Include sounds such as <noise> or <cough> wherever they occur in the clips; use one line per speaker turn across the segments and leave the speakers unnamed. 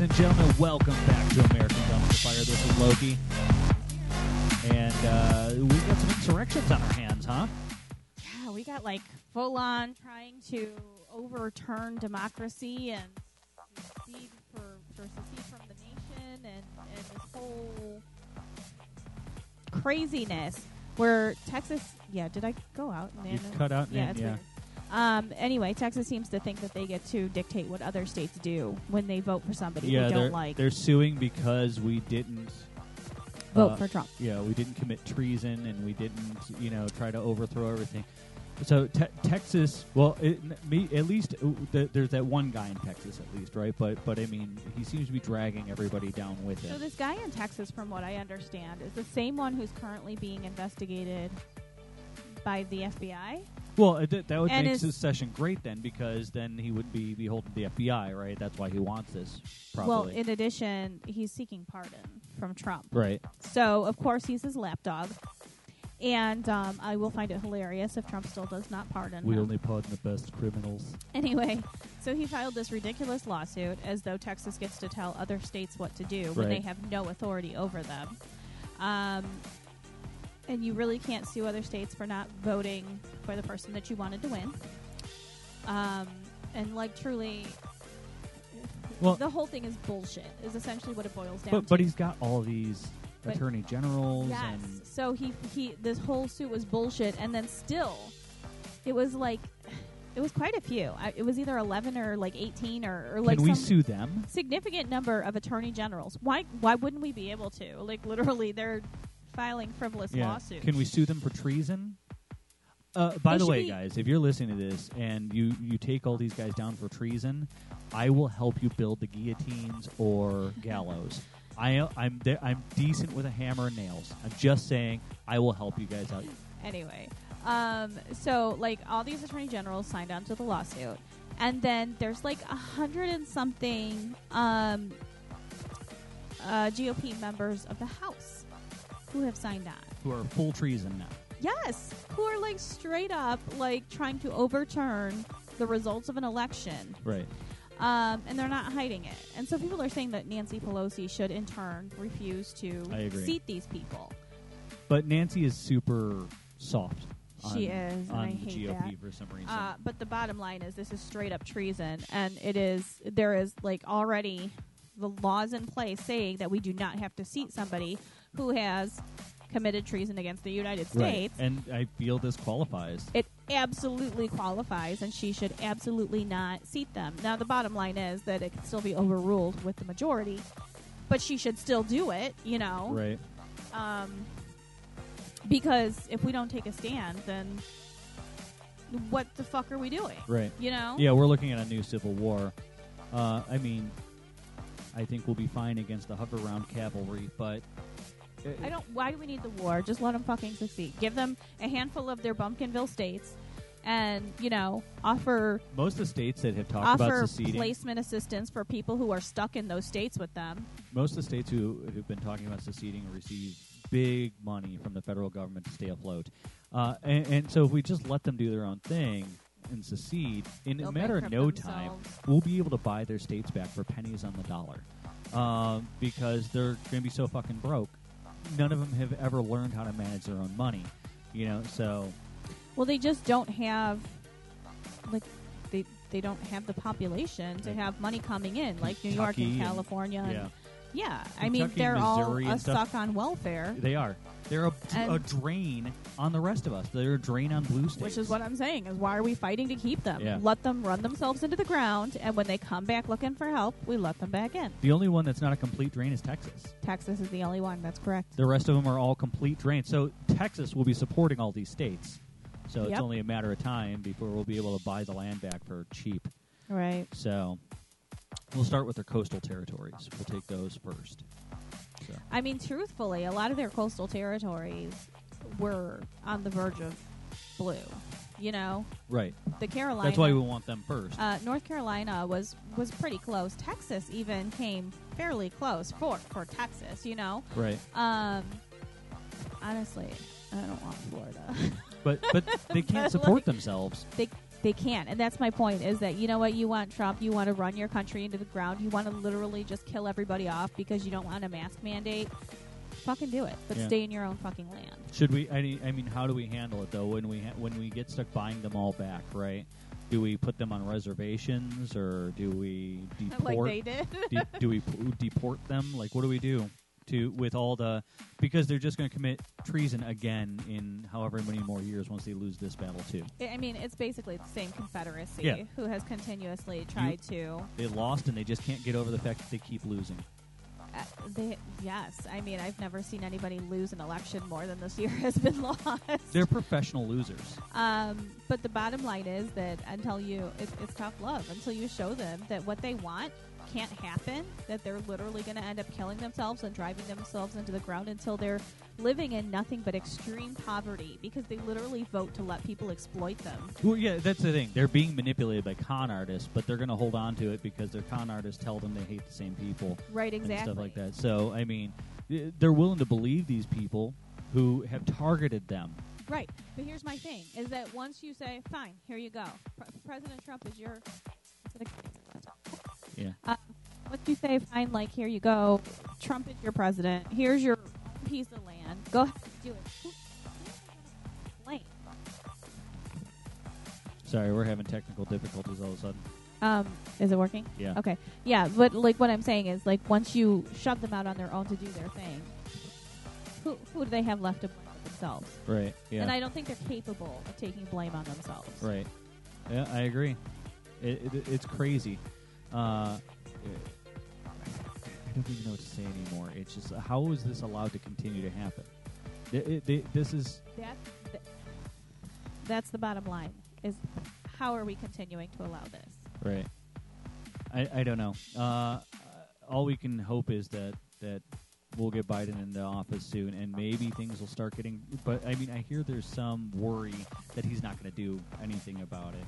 and gentlemen, welcome back to American Dumpster Fire. This is Loki, and uh, we got some insurrections on our hands, huh?
Yeah, we got like full on trying to overturn democracy and secede for, for secede from the nation and, and this whole craziness where Texas. Yeah, did I go out?
You
No, no.
cut out,
Yeah,
and-
it's
yeah.
weird. Um, anyway, Texas seems to think that they get to dictate what other states do when they vote for somebody
yeah,
they
they're
don't like.
they're suing because we didn't
Vote
uh,
for Trump.
Yeah, we didn't commit treason, and we didn't, you know, try to overthrow everything. So te- Texas, well, it, n- me at least uh, th- there's that one guy in Texas at least, right? But but I mean, he seems to be dragging everybody down with
So
him.
this guy in Texas, from what I understand, is the same one who's currently being investigated by the FBI.
Well, it, that- that would
And
make
is-
his session great then, because then he would be beholden to the FBI, right? That's why he wants this,
Well,
probably.
in addition, he's seeking pardon from Trump.
right.
So of course he's his lapdog, and um, I will find it hilarious if Trump still does not pardon
We
him.
only pardon the best criminals.
Anyway, so he filed this ridiculous lawsuit as though Texas gets to tell other states what to do when
Right.
they have no authority over them. Um, and you really can't sue other states for not voting for the person that you wanted to win. Um, and like truly,
Well-
the whole thing is bullshit. Is essentially what it boils down
But
to.
but he's got all these
But-
attorney generals
Yes.
and
So he he this whole suit was bullshit, and then still, it was like, it was quite a few. I, it was either eleven or like eighteen or, or like
can we
some
sue them?
significant number of attorney generals. Why why wouldn't we be able to? Like literally, they're filing frivolous lawsuits.
Can we sue them for treason? Uh, by
They
the
should
way,
be-
guys, if you're listening to this and you, you take all these guys down for treason, I will help you build the guillotines or gallows. I, I'm there, I'm decent with a hammer and nails. I'm just saying I will help you guys out.
anyway? Um, so like all these attorney generals signed on to the lawsuit, and then there's like a hundred and something um, uh, GOP members of the House who have signed on.
Who are full treason now?
Yes, who are like straight up like trying to overturn the results of an election,
Right.
um, and they're not hiding it. And so people are saying that Nancy Pelosi should, in turn, refuse to
I agree.
seat these people.
But Nancy is super soft. On,
She is, and
on
I
the
hate
GOP
that.
for some reason.
Uh, but the bottom line is, this is straight up treason, and it is there is like already the laws in place saying that we do not have to seat somebody who has committed treason against the United
right.
States.
And I feel this qualifies.
it absolutely qualifies and she should absolutely not seat them. Now, the bottom line is that it can still be overruled with the majority, but she should still do it, you know?
Right.
Um, because if we don't take a stand, then what the fuck are we doing?
Right.
You know?
Yeah, we're looking at a new civil war. Uh, I mean, I think we'll be fine against the hover round cavalry, but uh,
I don't. Why do we need the war? Just let them fucking succeed. Give them a handful of their Bumpkinville states, and you know, offer
most of the states that have talked
offer
about seceding,
placement assistance for people who are stuck in those states with them.
most of the states who have been talking about seceding receive big money from the federal government to stay afloat. Uh, and, and so if we just let them do their own thing and secede, in a
They'll
matter of no
bankrupt
time,
themselves.
we'll be able to buy their states back for pennies on the dollar um, because they're going to be so fucking broke. None of them have ever learned how to manage their own money, you know. So
Well, they just don't have like they they don't have the population to
Like
have money coming in like New York
Kentucky
and
and-
California. and-
yeah,
yeah. I mean,
Kentucky,
they're
Missouri
all
and
a
stuff.
suck on welfare,
they are. They're a,
And-
a drain on the rest of us. They're a drain on blue states.
which is what I'm saying is why are we fighting to keep them?
Yeah.
Let them run themselves into the ground, and when they come back looking for help, we let them back in.
the only one that's not a complete drain is Texas.
Texas is the only one. That's correct.
The rest of them are all complete drains. So Texas will be supporting all these states. So it's
Yep.
only a matter of time before we'll be able to buy the land back for cheap.
Right.
So we'll start with their coastal territories. We'll take those first. So,
I mean, truthfully, a lot of their coastal territories were on the verge of blue. You know,
right.
the Carolinas.
That's why we want them first.
Uh, North Carolina was was pretty close. Texas even came fairly close for for Texas. You know,
right.
um, honestly, I don't want Florida. <laughs>
But but they can't
But, <laughs>
support
like-
themselves.
they they can't. And that's my point is that you know what you want Trump, you want to run your country into the ground, you want to literally just kill everybody off because you don't want a mask mandate. Fucking do it, but
Yeah.
stay in your own fucking land. <laughs>
Should we? I mean, I mean, how do we handle it though? When we ha- when we get stuck buying them all back, right? Do we put them on reservations or do we deport?
Like they did. <laughs>
de- do we p- deport them? Like, what do we do to with all the because they're just going to commit treason again in however many more years once they lose this battle too.
I I mean, it's basically the same Confederacy
Yeah.
who has continuously tried to.
They lost and they just can't get over the fact that they keep losing.
Uh, they, yes, I mean, I've never seen anybody lose an election more than this year <laughs> has been lost.
They're professional losers.
Um, but the bottom line is that until you, it, it's tough love. Until you show them that what they want can't happen, that they're literally going to end up killing themselves and driving themselves into the ground until they're living in nothing but extreme poverty because they literally vote to let people exploit them.
Well, yeah, that's the thing. They're being manipulated by con artists, but they're going to hold on to it because their con artists tell them they hate the same people.
Right, exactly.
and stuff like that. So, I mean, th- they're willing to believe these people who have targeted them.
Right. But here's my thing is that once you say, fine, here you go, Pre- President Trump is your.
Yeah.
Uh, once you say, fine, like, here you go, Trump is your president, here's your piece of land, go ahead and do it. Who- who's gonna complain?
Sorry, we're having technical difficulties all of a sudden.
Um, is it working?
Yeah.
Okay. Yeah, but like what I'm saying is like once you shove them out on their own to do their thing, who who do they have left to blame but themselves?
Right.
And I
Yeah.
don't think they're capable of taking blame on themselves.
Right. Yeah, I agree. It, it, it's crazy. Uh, I don't even know what to say anymore. It's just how is this allowed to continue to happen? Th- it- th- this is
That's the, that's the bottom line. Is how are we continuing to allow this?
Right. I, I don't know. Uh, all we can hope is that that we'll get Biden into office soon, and maybe things will start getting. But I mean, I hear there's some worry that he's not going to do anything about it.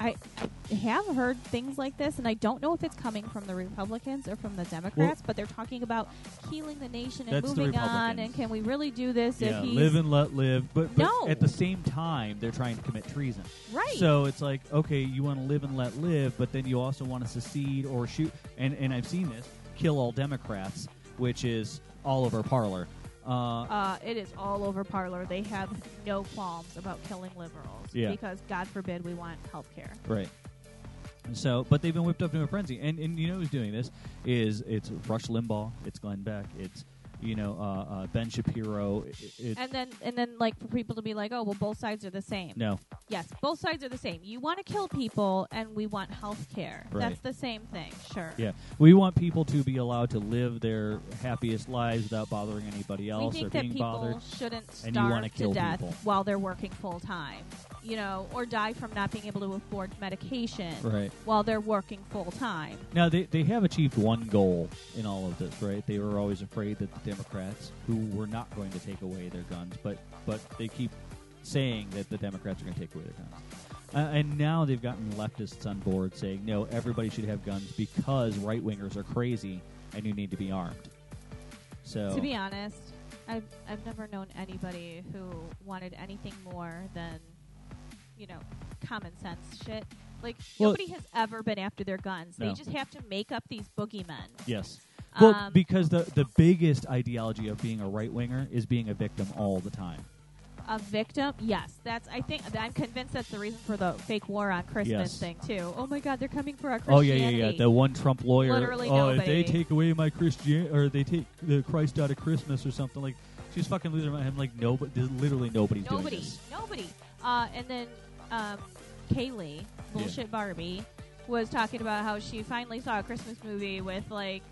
I, I have heard things like this, and I don't know if it's coming from the Republicans or from the Democrats, but they're talking about healing the nation and
That's the
moving on.
Republicans.
And can we really do this
yeah,
if he's
live and let live. But, but
No.
at the same time, they're trying to commit treason.
right?
So it's like, okay, you want to live and let live, but then you also want to secede or shoot. And and I've seen this: kill all Democrats, which is Oliver Parler. Uh,
uh, it is all over parlor. They have no qualms about killing liberals
Yeah.
because God forbid we want health care.
Right. So, but they've been whipped up to a frenzy, and and you know who's doing this is it's Rush Limbaugh, it's Glenn Beck, it's you know uh, uh, Ben Shapiro. It, it,
And then and then like for people to be like, oh well, both sides are the same.
no,
Yes, both sides are the same. You want to kill people, and we want health care.
Right.
That's the same thing, sure.
yeah, we want people to be allowed to live their happiest lives without bothering anybody
We
else
think
or
that
being
people
bothered.
shouldn't
and you wanna
starve
kill
to death
people.
while they're working full time, you know, or die from not being able to afford medication
Right
while they're working full time.
now, they they have achieved one goal in all of this, right? They were always afraid that the Democrats, who were not going to take away their guns, but but they keep saying that the Democrats are going to take away their guns. Uh, and now they've gotten leftists on board saying, no, everybody should have guns because right wingers are crazy and you need to be armed. So,
To be honest, I've I've never known anybody who wanted anything more than, you know, common sense shit. Like
Well-
nobody has ever been after their guns.
No.
They just have to make up these boogeymen.
yes. Well,
Um,
because the, the biggest ideology of being a right winger is being a victim all the time.
a victim. Yes, that's. I think I'm convinced that's the reason for the fake war on Christmas
Yes.
thing too. Oh my God, they're coming for our
Oh,
Christianity.
yeah, yeah, yeah. The one Trump lawyer.
Literally
oh, if
nobody.
they take away my Christian, or they take the Christ out of Christmas or something like, she's fucking losing my I'm like, nobody, there's literally nobody's
nobody,
doing this.
nobody. Uh, and then um, Kaylee, bullshit Barbie, was talking about how she finally saw a Christmas movie with like.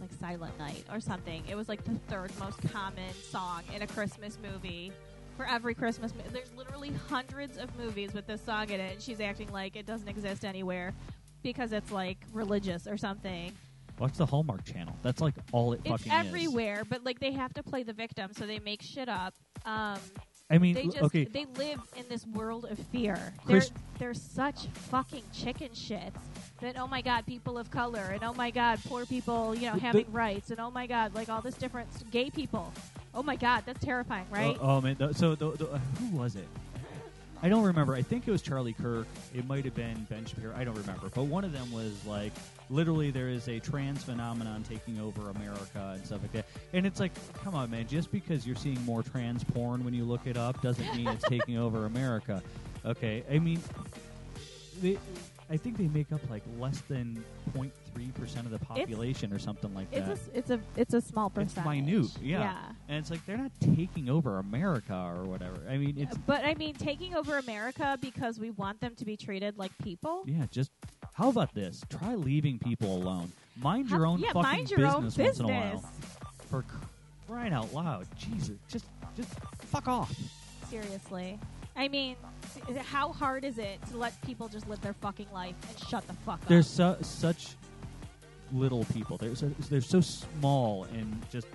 Like Silent Night or something. It was like the third most common song in a Christmas movie for every Christmas. mo- There's literally hundreds of movies with this song in it, and she's acting like it doesn't exist anywhere because it's like religious or something.
Watch the Hallmark Channel. That's like all it
it's
fucking is.
everywhere, but like they have to play the victim, so they make shit up. Um,
I mean,
they
l-
just
okay.
they live in this world of fear.
Chris-
they're they're such fucking chicken shits that oh my god, people of color, and oh my god, poor people, you know,
But
having
the-
rights, and oh my god, like all this different gay people. Oh my god, that's terrifying, right?
Oh, oh, man, th- so the, the, who was uh, it? I I don't remember. I think it was Charlie Kirk. It might have been Ben Shapiro. I don't remember. But one of them was like, literally, there is a trans phenomenon taking over America and stuff like that. And it's like, come on, man. Just because you're seeing more trans porn when you look it up doesn't mean it's taking over America. Okay. I mean, they, I think they make up like less than 0.3% of the population or something like
It's
that.
a s- it's a it's a small
It's
percentage.
minute, yeah. and it's like, they're not taking over America or whatever. I mean, it's.
But I mean, taking over America because we want them to be treated like people.
Yeah, just how about this? Try leaving people alone. Mind your
How-
own
yeah,
fucking
mind your
business,
own
once in a while.
business.
For crying out loud, Jesus, just just fuck off.
Seriously. I mean, s- how hard is it to let people just live their fucking life and shut the fuck
There's
up?
su- such little people. They're so, they're so small and just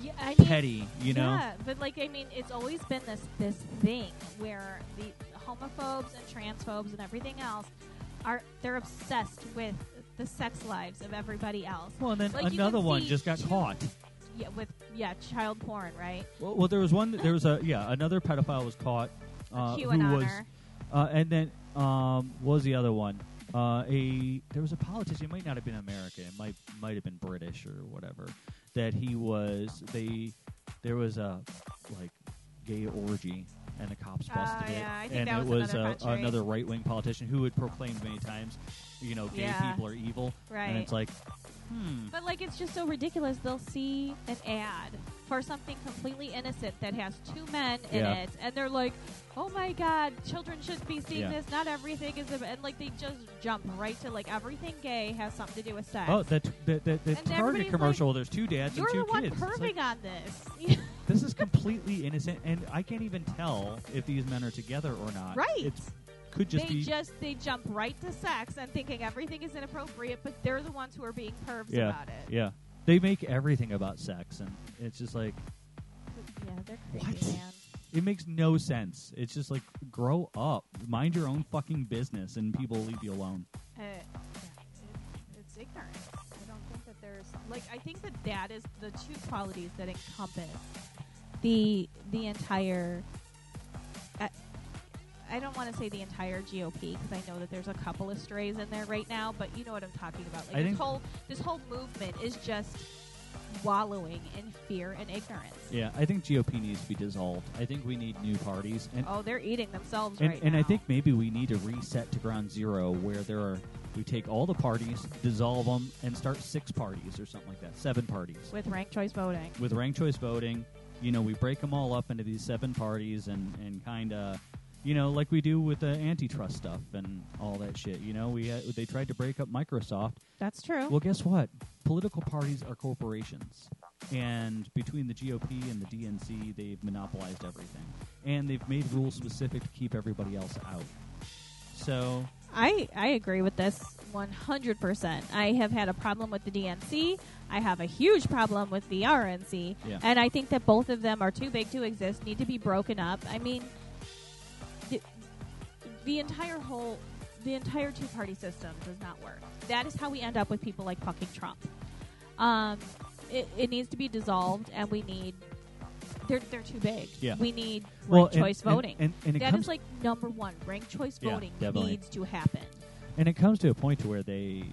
Yeah, I mean,
petty, you know.
Yeah, but like I mean, it's always been this this thing where the homophobes and transphobes and everything else are they're obsessed with the sex lives of everybody else.
Well, and then
Like, you
another
can
one
see
just got
two-
caught.
Yeah, with yeah, child porn, right?
Well, well, there was one. There was a yeah. Another pedophile was caught. Uh, who was?
QAnoner.
Uh, and then um, what was the other one? Uh, a there was a politician. It might not have been American. It might might have been British or whatever. That he was. They there was a like gay orgy, and the cops
Oh,
busted it.
yeah, I think
and
that
it
was
was
another
a,
country.
another right wing politician who had proclaimed many times, you know, gay
Yeah.
people are evil. And
Right.
it's like, hmm.
But like it's just so ridiculous. They'll see an ad for something completely innocent that has two men in
Yeah.
it, and they're like, "Oh my god, children shouldn't be seeing
Yeah.
this. Not everything is." A, and like they just jump right to like everything gay has something to do with sex.
Oh, that that that, that
And everybody's
Target
like,
commercial. there's two dads
You're
and two
the one
kids. It's like,
perving on
<laughs>
this. <laughs>
this is completely innocent, and I can't even tell if these men are together or not.
right.
It could just
they
be
just they jump right to sex and thinking everything is inappropriate, but they're the ones who are being pervs
Yeah.
about it.
Yeah. They make everything about sex, and it's just like,
Yeah, they're
What?
crazy, man.
it makes no sense. It's just like, grow up, mind your own fucking business, and people will leave you alone.
Uh, yeah, it- it's ignorance. I don't think that there's like I think that that is the two qualities that encompass the the entire. I, I don't want to say the entire GOP because I know that there's a couple of strays in there right now, but you know what I'm talking about. Like
I
this
think-
whole this whole movement is just wallowing in fear and ignorance.
Yeah, I think GOP needs to be dissolved. I think we need new parties. And,
Oh, they're eating themselves
and,
right
and
now.
I think maybe we need to reset to ground zero where there are, we take all the parties, dissolve them, and start six parties or something like that, seven parties.
with ranked choice voting.
with ranked choice voting, you know, we break them all up into these seven parties and, and kind of, you know, like we do with the antitrust stuff and all that shit. You know, we uh, they tried to break up Microsoft.
That's true.
Well, guess what? Political parties are corporations, and between the GOP and the DNC, they've monopolized everything, and they've made rules specific to keep everybody else out. So
I, I agree with this 100%. I have had a problem with the DNC. I have a huge problem with the RNC.
Yeah.
And I think that both of them are too big to exist, need to be broken up. I mean, the, the entire whole, the entire two party system does not work. That is how we end up with people like fucking Trump. Um, it, it needs to be dissolved, and we need. They're, they're too big.
Yeah.
We need ranked
well, and-
choice
and-
voting.
and, and it
That is
comes
like number one. Ranked choice
Yeah,
voting
definitely.
needs to happen.
and it comes to a point to where they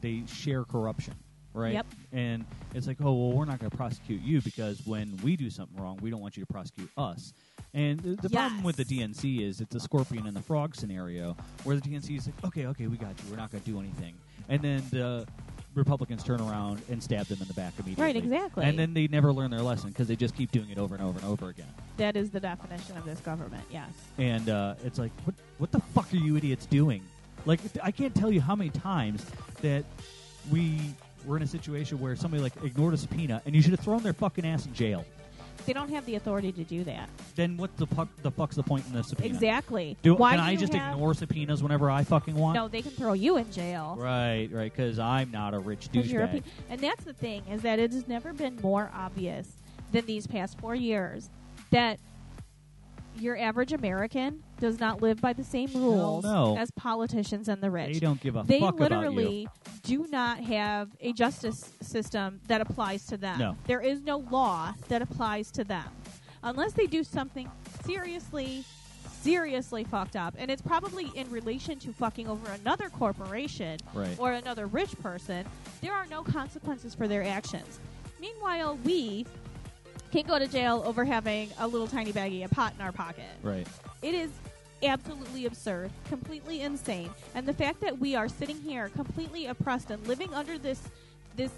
they share corruption right
Yep.
and it's like oh well we're not going to prosecute you because when we do something wrong we don't want you to prosecute us and the, the problem with the
Yes.
dnc is it's a scorpion and the frog scenario where the dnc is like okay okay we got you we're not going to do anything and then the republicans turn around and stab them in the back immediately
Right, exactly.
and then they never learn their lesson because they just keep doing it over and over and over again
That is the definition of this government, yes.
and uh, it's like, what, what the fuck are you idiots doing? Like, I can't tell you how many times that we were in a situation where somebody like ignored a subpoena, and you should have thrown their fucking ass in jail.
They don't have the authority to do that.
Then what the fuck? The fuck's the point in the subpoena?
Exactly.
Do,
Why
can
do
I
you
just
have-
ignore subpoenas whenever I fucking want?
No, they can throw you in jail.
Right, right, because I'm not a rich
'Cause you're a
douchebag.
pe- and that's the thing is that it has never been more obvious than these past four years that your average American does not live by the same rules
no.
as politicians and the rich.
They don't give a
They
fuck about you.
literally do not have a justice system that applies to them.
No.
There is no law that applies to them. Unless they do something seriously, seriously fucked up, and it's probably in relation to fucking over another corporation
Right.
or another rich person. There are no consequences for their actions. Meanwhile, we can go to jail over having a little tiny baggie of pot in our pocket.
Right.
It is absolutely absurd, completely insane, and the fact that we are sitting here completely oppressed and living under this this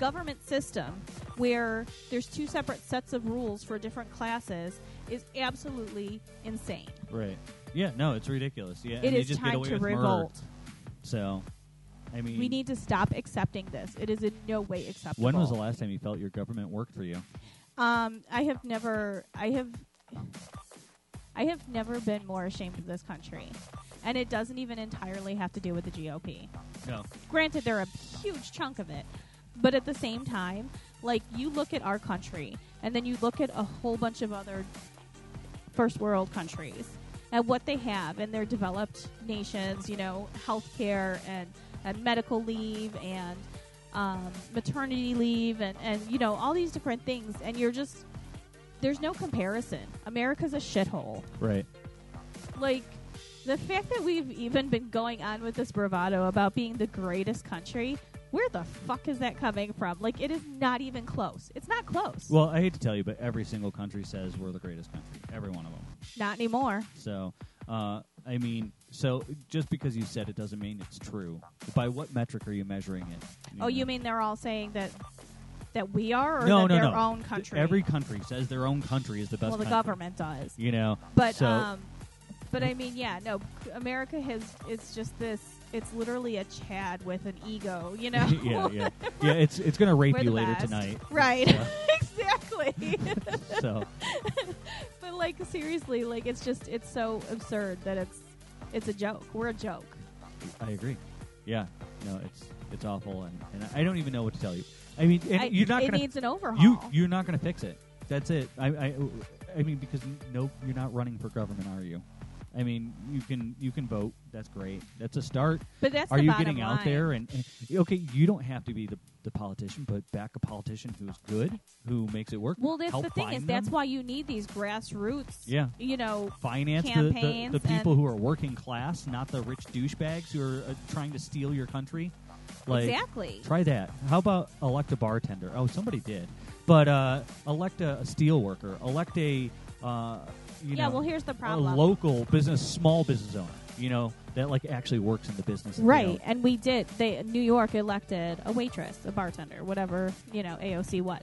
government system where there's two separate sets of rules for different classes is absolutely insane.
Right. Yeah. No, it's ridiculous. Yeah.
it
and
is
they just get
time
away
to
with murder.
revolt.
So, I mean,
We need to stop accepting this. It is in no way acceptable.
when was the last time you felt your government worked for you?
Um, I have never, I have, I have never been more ashamed of this country, and it doesn't even entirely have to do with the GOP.
No.
Granted, they're a huge chunk of it, but at the same time, like you look at our country, and then you look at a whole bunch of other first world countries and what they have in their developed nations, you know, healthcare and, and medical leave and um, maternity leave and, and, you know, all these different things. And you're just, there's no comparison. America's a shithole.
Right.
Like, the fact that we've even been going on with this bravado about being the greatest country, where the fuck is that coming from? Like, it is not even close. It's not close.
Well, I hate to tell you, but every single country says we're the greatest country. Every one of them.
not anymore.
So, uh, I mean, so just because you said it doesn't mean it's true. By what metric are you measuring it?
Oh, you
know?
mean they're all saying that that we are, or
no,
that
no,
their
no.
own
Th-
country?
Every country says their own country is the best.
well, the
country,
government does,
You know,
but
so <laughs>
um, but I mean, yeah, no, America has it's just this. It's literally a Chad with an ego, you know?
<laughs> yeah, yeah, yeah. It's it's gonna rape
<laughs> We're
you
the
later
best.
tonight.
Right,
Yeah.
<laughs> exactly. <laughs>
So
but like seriously, like it's just it's so absurd that it's it's a joke. We're a joke.
I agree. Yeah, no, it's it's awful, and, and I don't even know what to tell you. I mean, and
I-
you're not
it
gonna
needs an overhaul.
you you're not gonna fix it. That's it. I I, I mean, because no, you're not running for government, are you? I mean, you can you can vote. That's great. That's a start.
but that's
are
the
you
bottom
getting out
line.
there and, and- okay you don't have to be the, the politician but back a politician who's good who makes it work
Well, that's
help
the thing is
find
that's
them,
why you need these grassroots.
Yeah.
You know,
finance the, the, the
campaigns
people
and-
who are working class not the rich douchebags who are uh, trying to steal your country like
exactly.
try that how about elect a bartender oh somebody did but uh, elect a, a steel worker elect a uh, you
yeah.
know
well, here's the
a
problem.
local business small business owner you know that like actually works in the business you
right,
know.
and we did. They New York elected a waitress, a bartender, whatever you know AOC was,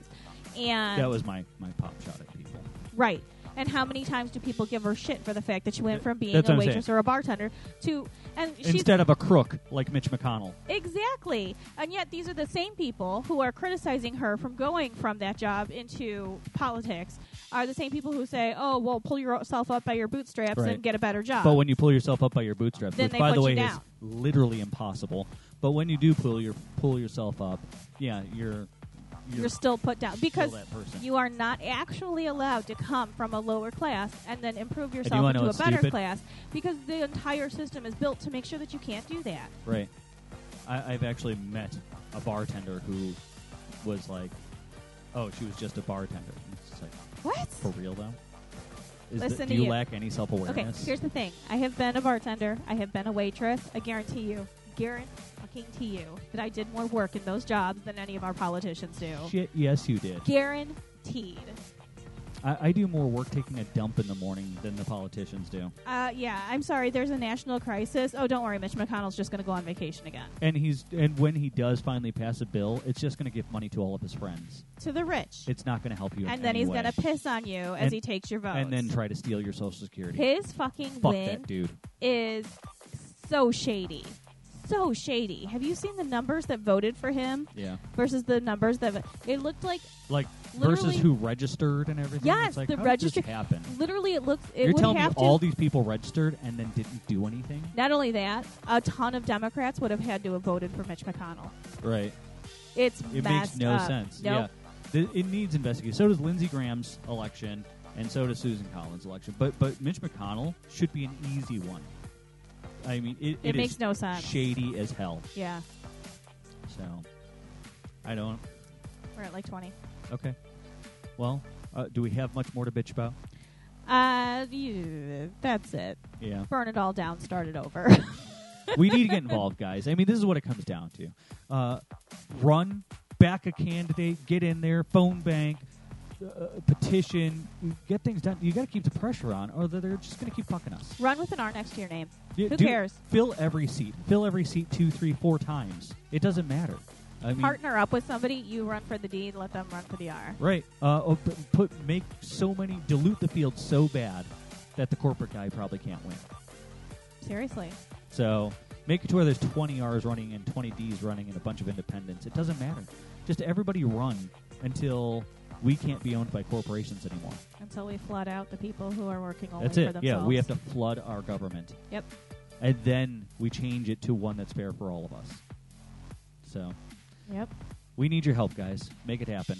and
that was my my pop shot at people
right. And how many times do people give her shit for the fact that she went from being
That's
a
what I'm
waitress or a bartender to and she's
instead of a crook like Mitch McConnell.
Exactly. And yet these are the same people who are criticizing her from going from that job into politics are the same people who say, "Oh, well, pull yourself up by your bootstraps
Right.
and get a better job."
But when you pull yourself up by your bootstraps,
Then
which
they
by
put
the way
you
is
down.
literally impossible, but when you do pull your pull yourself up, yeah, you're
you're still put down because
still that person.
you are not actually allowed to come from a lower class and then improve
wanna
yourself
know
into a
what's
better
stupid?
class because the entire system is built to make sure that you can't do that.
right. I, I've actually met a bartender who was like, "Oh, she was just a bartender." And It's just like
What?
for real though. Is that-
Listen
do
to
you
you.
lack any self
Okay,
awareness?
here's the thing. I have been a bartender. I have been a waitress. I guarantee you, guarantee you that I did more work in those jobs than any of our politicians do.
Shit, yes, you did.
Guaranteed.
I, I do more work taking a dump in the morning than the politicians do.
Uh, yeah, I'm sorry. There's a national crisis. Oh, don't worry. Mitch McConnell's just going to go on vacation again
And he's and when he does finally pass a bill, it's just going to give money to all of his friends.
to the rich,
It's not going to help you. in
and then
any
he's
way.
going to piss on you as
And-
he takes your votes.
and then try to steal your social security.
his fucking
Fuck
win
that dude.
is so shady, so shady. Have you seen the numbers that voted for him
Yeah,
versus the numbers that it looked like?
like versus
Literally-
who registered and everything.
Yes,
it's like,
the
how did this
register-
happen.
Literally, it looks. It
You're
would
telling me
have to.
all these people registered and then didn't do anything,
not only that, a ton of Democrats would have had to have voted for Mitch McConnell.
right?
It's
It
messed
makes no
up.
sense.
Nope.
Yeah, Th- it needs investigation. So does Lindsey Graham's election, and so does Susan Collins' election. But but Mitch McConnell should be an easy one. I mean, it,
It,
it
makes
is
no sense.
shady as hell.
Yeah,
So I don't.
we're at like twenty.
Okay. Well, uh, do we have much more to bitch about?
Uh, uh, you- that's it.
Yeah.
Burn it all down. Start it over. <laughs>
we need to get involved, guys. I mean, this is what it comes down to: uh, run, back a candidate, get in there, phone bank, uh, petition, get things done. You got to keep the pressure on, or they're just going to keep fucking us.
Run with an R next to your name.
Yeah,
Who
do-
cares?
Fill every seat. Fill every seat two, three, four times. It doesn't matter. I mean,
Partner up with somebody. You run for the D. Let them run for the R.
right? Uh, oh, p- put make so many dilute the field so bad that the corporate guy probably can't win.
Seriously.
So make it to where there's 20 R's running and 20 D's running and a bunch of independents. It doesn't matter. Just everybody run until we can't be owned by corporations anymore.
Until we flood out the people who are working only
That's
for
it.
themselves.
Yeah, we have to flood our government.
Yep.
And then we change it to one that's fair for all of us. So
Yep.
we need your help, guys. Make it happen.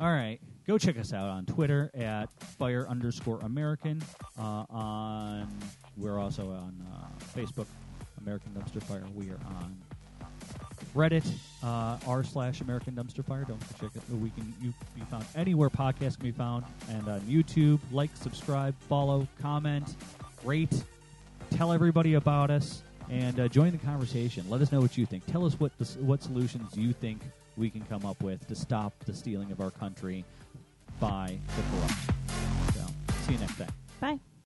All right. Go check us out on Twitter at fire underscore American. Uh, on we're also on uh, Facebook, American Dumpster Fire. We are on Reddit uh, r slash American Dumpster Fire. Don't forget to check it. We can you can be found anywhere podcasts can be found, and on YouTube. Like, subscribe, follow, comment, rate, tell everybody about us, and uh, join the conversation. Let us know what you think. Tell us what the, s- what solutions you think we can come up with to stop the stealing of our country by the corrupt. So, see you next time.
Bye.